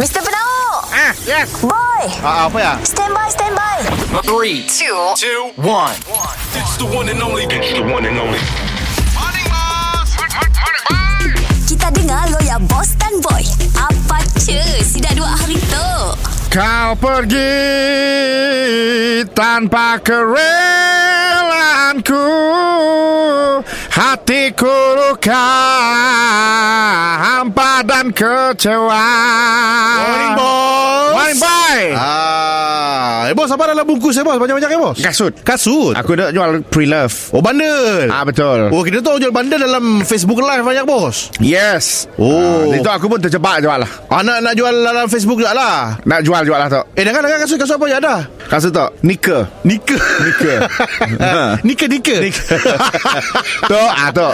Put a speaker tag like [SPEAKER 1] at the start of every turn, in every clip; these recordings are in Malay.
[SPEAKER 1] Mr. Penau
[SPEAKER 2] Ah, yes.
[SPEAKER 1] Boy
[SPEAKER 2] Ah, ah, apa ya?
[SPEAKER 1] Stand by, stand by
[SPEAKER 3] Three, two, two, one.
[SPEAKER 4] It's the one and only. It's the one and only.
[SPEAKER 1] Kita dengar lo ya Boss dan Boy Apa cu Si dah dua hari tu
[SPEAKER 2] Kau pergi tanpa kerelaanku Hatiku luka hampa dan kecewa
[SPEAKER 5] Morning, boss.
[SPEAKER 2] Ah. Morning boy
[SPEAKER 5] Ah, eh bos apa dalam bungkus eh bos? Banyak-banyak eh bos?
[SPEAKER 2] Kasut
[SPEAKER 5] Kasut.
[SPEAKER 2] Aku nak jual pre-love
[SPEAKER 5] Oh bandel.
[SPEAKER 2] Ah betul
[SPEAKER 5] Oh kita tahu jual bandel dalam Facebook live banyak bos.
[SPEAKER 2] Yes
[SPEAKER 5] Oh.
[SPEAKER 2] ah, Itu aku pun terjebak jual lah
[SPEAKER 5] Anak nak jual dalam Facebook juga lah.
[SPEAKER 2] Nak jual-jual lah tok
[SPEAKER 5] Eh dengar dengar kasut kasut apa yang ada?
[SPEAKER 2] Kasut tok Nika
[SPEAKER 5] Nika.
[SPEAKER 2] Nika Ha.
[SPEAKER 5] Nika Nika.
[SPEAKER 2] Tok ah tok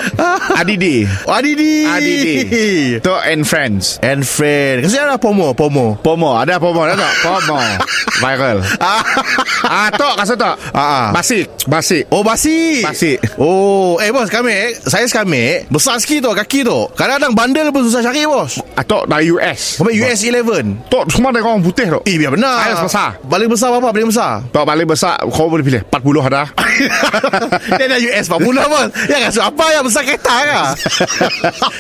[SPEAKER 2] Adidi
[SPEAKER 5] Adidi.
[SPEAKER 2] Adidi Tok and friends
[SPEAKER 5] And friend. Kasih ada pomo pomo.
[SPEAKER 2] Pomo Ada pomo Ada tak Pomo Viral Ah tok kasut tok
[SPEAKER 5] Ah, ah.
[SPEAKER 2] Basik Basik
[SPEAKER 5] Oh basi
[SPEAKER 2] Basi.
[SPEAKER 5] Oh Eh bos kami eh, Saya sekarang Besar sikit tu kaki tu Kadang-kadang bandel pun susah cari bos
[SPEAKER 2] Ah tok dari US
[SPEAKER 5] Sampai US 11
[SPEAKER 2] Tok semua dari orang putih tok
[SPEAKER 5] Eh biar benar
[SPEAKER 2] Saya besar.
[SPEAKER 5] Paling besar apa Paling besar
[SPEAKER 2] Tok paling besar Kau boleh pilih 40 ada
[SPEAKER 5] Dia dah US pak pula bos Ya kasut apa yang besar kereta kah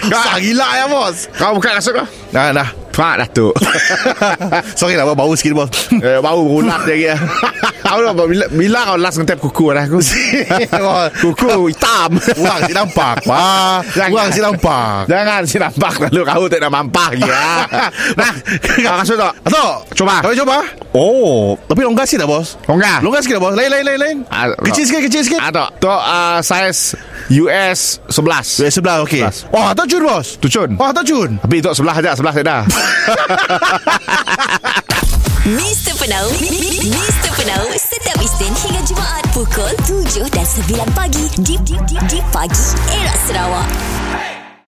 [SPEAKER 5] Besar gila ya bos
[SPEAKER 2] Kau buka kasut kau
[SPEAKER 5] Nah nah
[SPEAKER 2] Pak dah tu
[SPEAKER 5] Sorry lah bos bau sikit bos
[SPEAKER 2] Eh, bau berulat lagi ya. Tahu tak bila, bila kau last ngentep kuku dah aku. kuku hitam.
[SPEAKER 5] Uang si nampak Wah
[SPEAKER 2] Jangan.
[SPEAKER 5] Uang si nampak
[SPEAKER 2] Jangan si nampak lalu kau tak nak mampak ya. nah, kau kasut tak?
[SPEAKER 5] Atok
[SPEAKER 2] Cuba.
[SPEAKER 5] Kau cuba Oh Tapi longgar sikit tak bos
[SPEAKER 2] Kau enggak?
[SPEAKER 5] Longgar sikit tak bos Lain lain lain lain
[SPEAKER 2] Ah,
[SPEAKER 5] Kecil sikit kecil sikit
[SPEAKER 2] Ah, tak. Tu uh, saiz US 11.
[SPEAKER 5] US sebelah okey
[SPEAKER 2] Sebelas.
[SPEAKER 5] Oh Atok cun bos
[SPEAKER 2] Tucun.
[SPEAKER 5] Oh Atok cun
[SPEAKER 2] Tapi tu sebelah aja, sebelah tak dah.
[SPEAKER 1] Mr. Penau mi- mi- mi- Mr. Penau Setiap Isnin hingga Jumaat Pukul 7 dan 9 pagi Di, di, di, di pagi Era Sarawak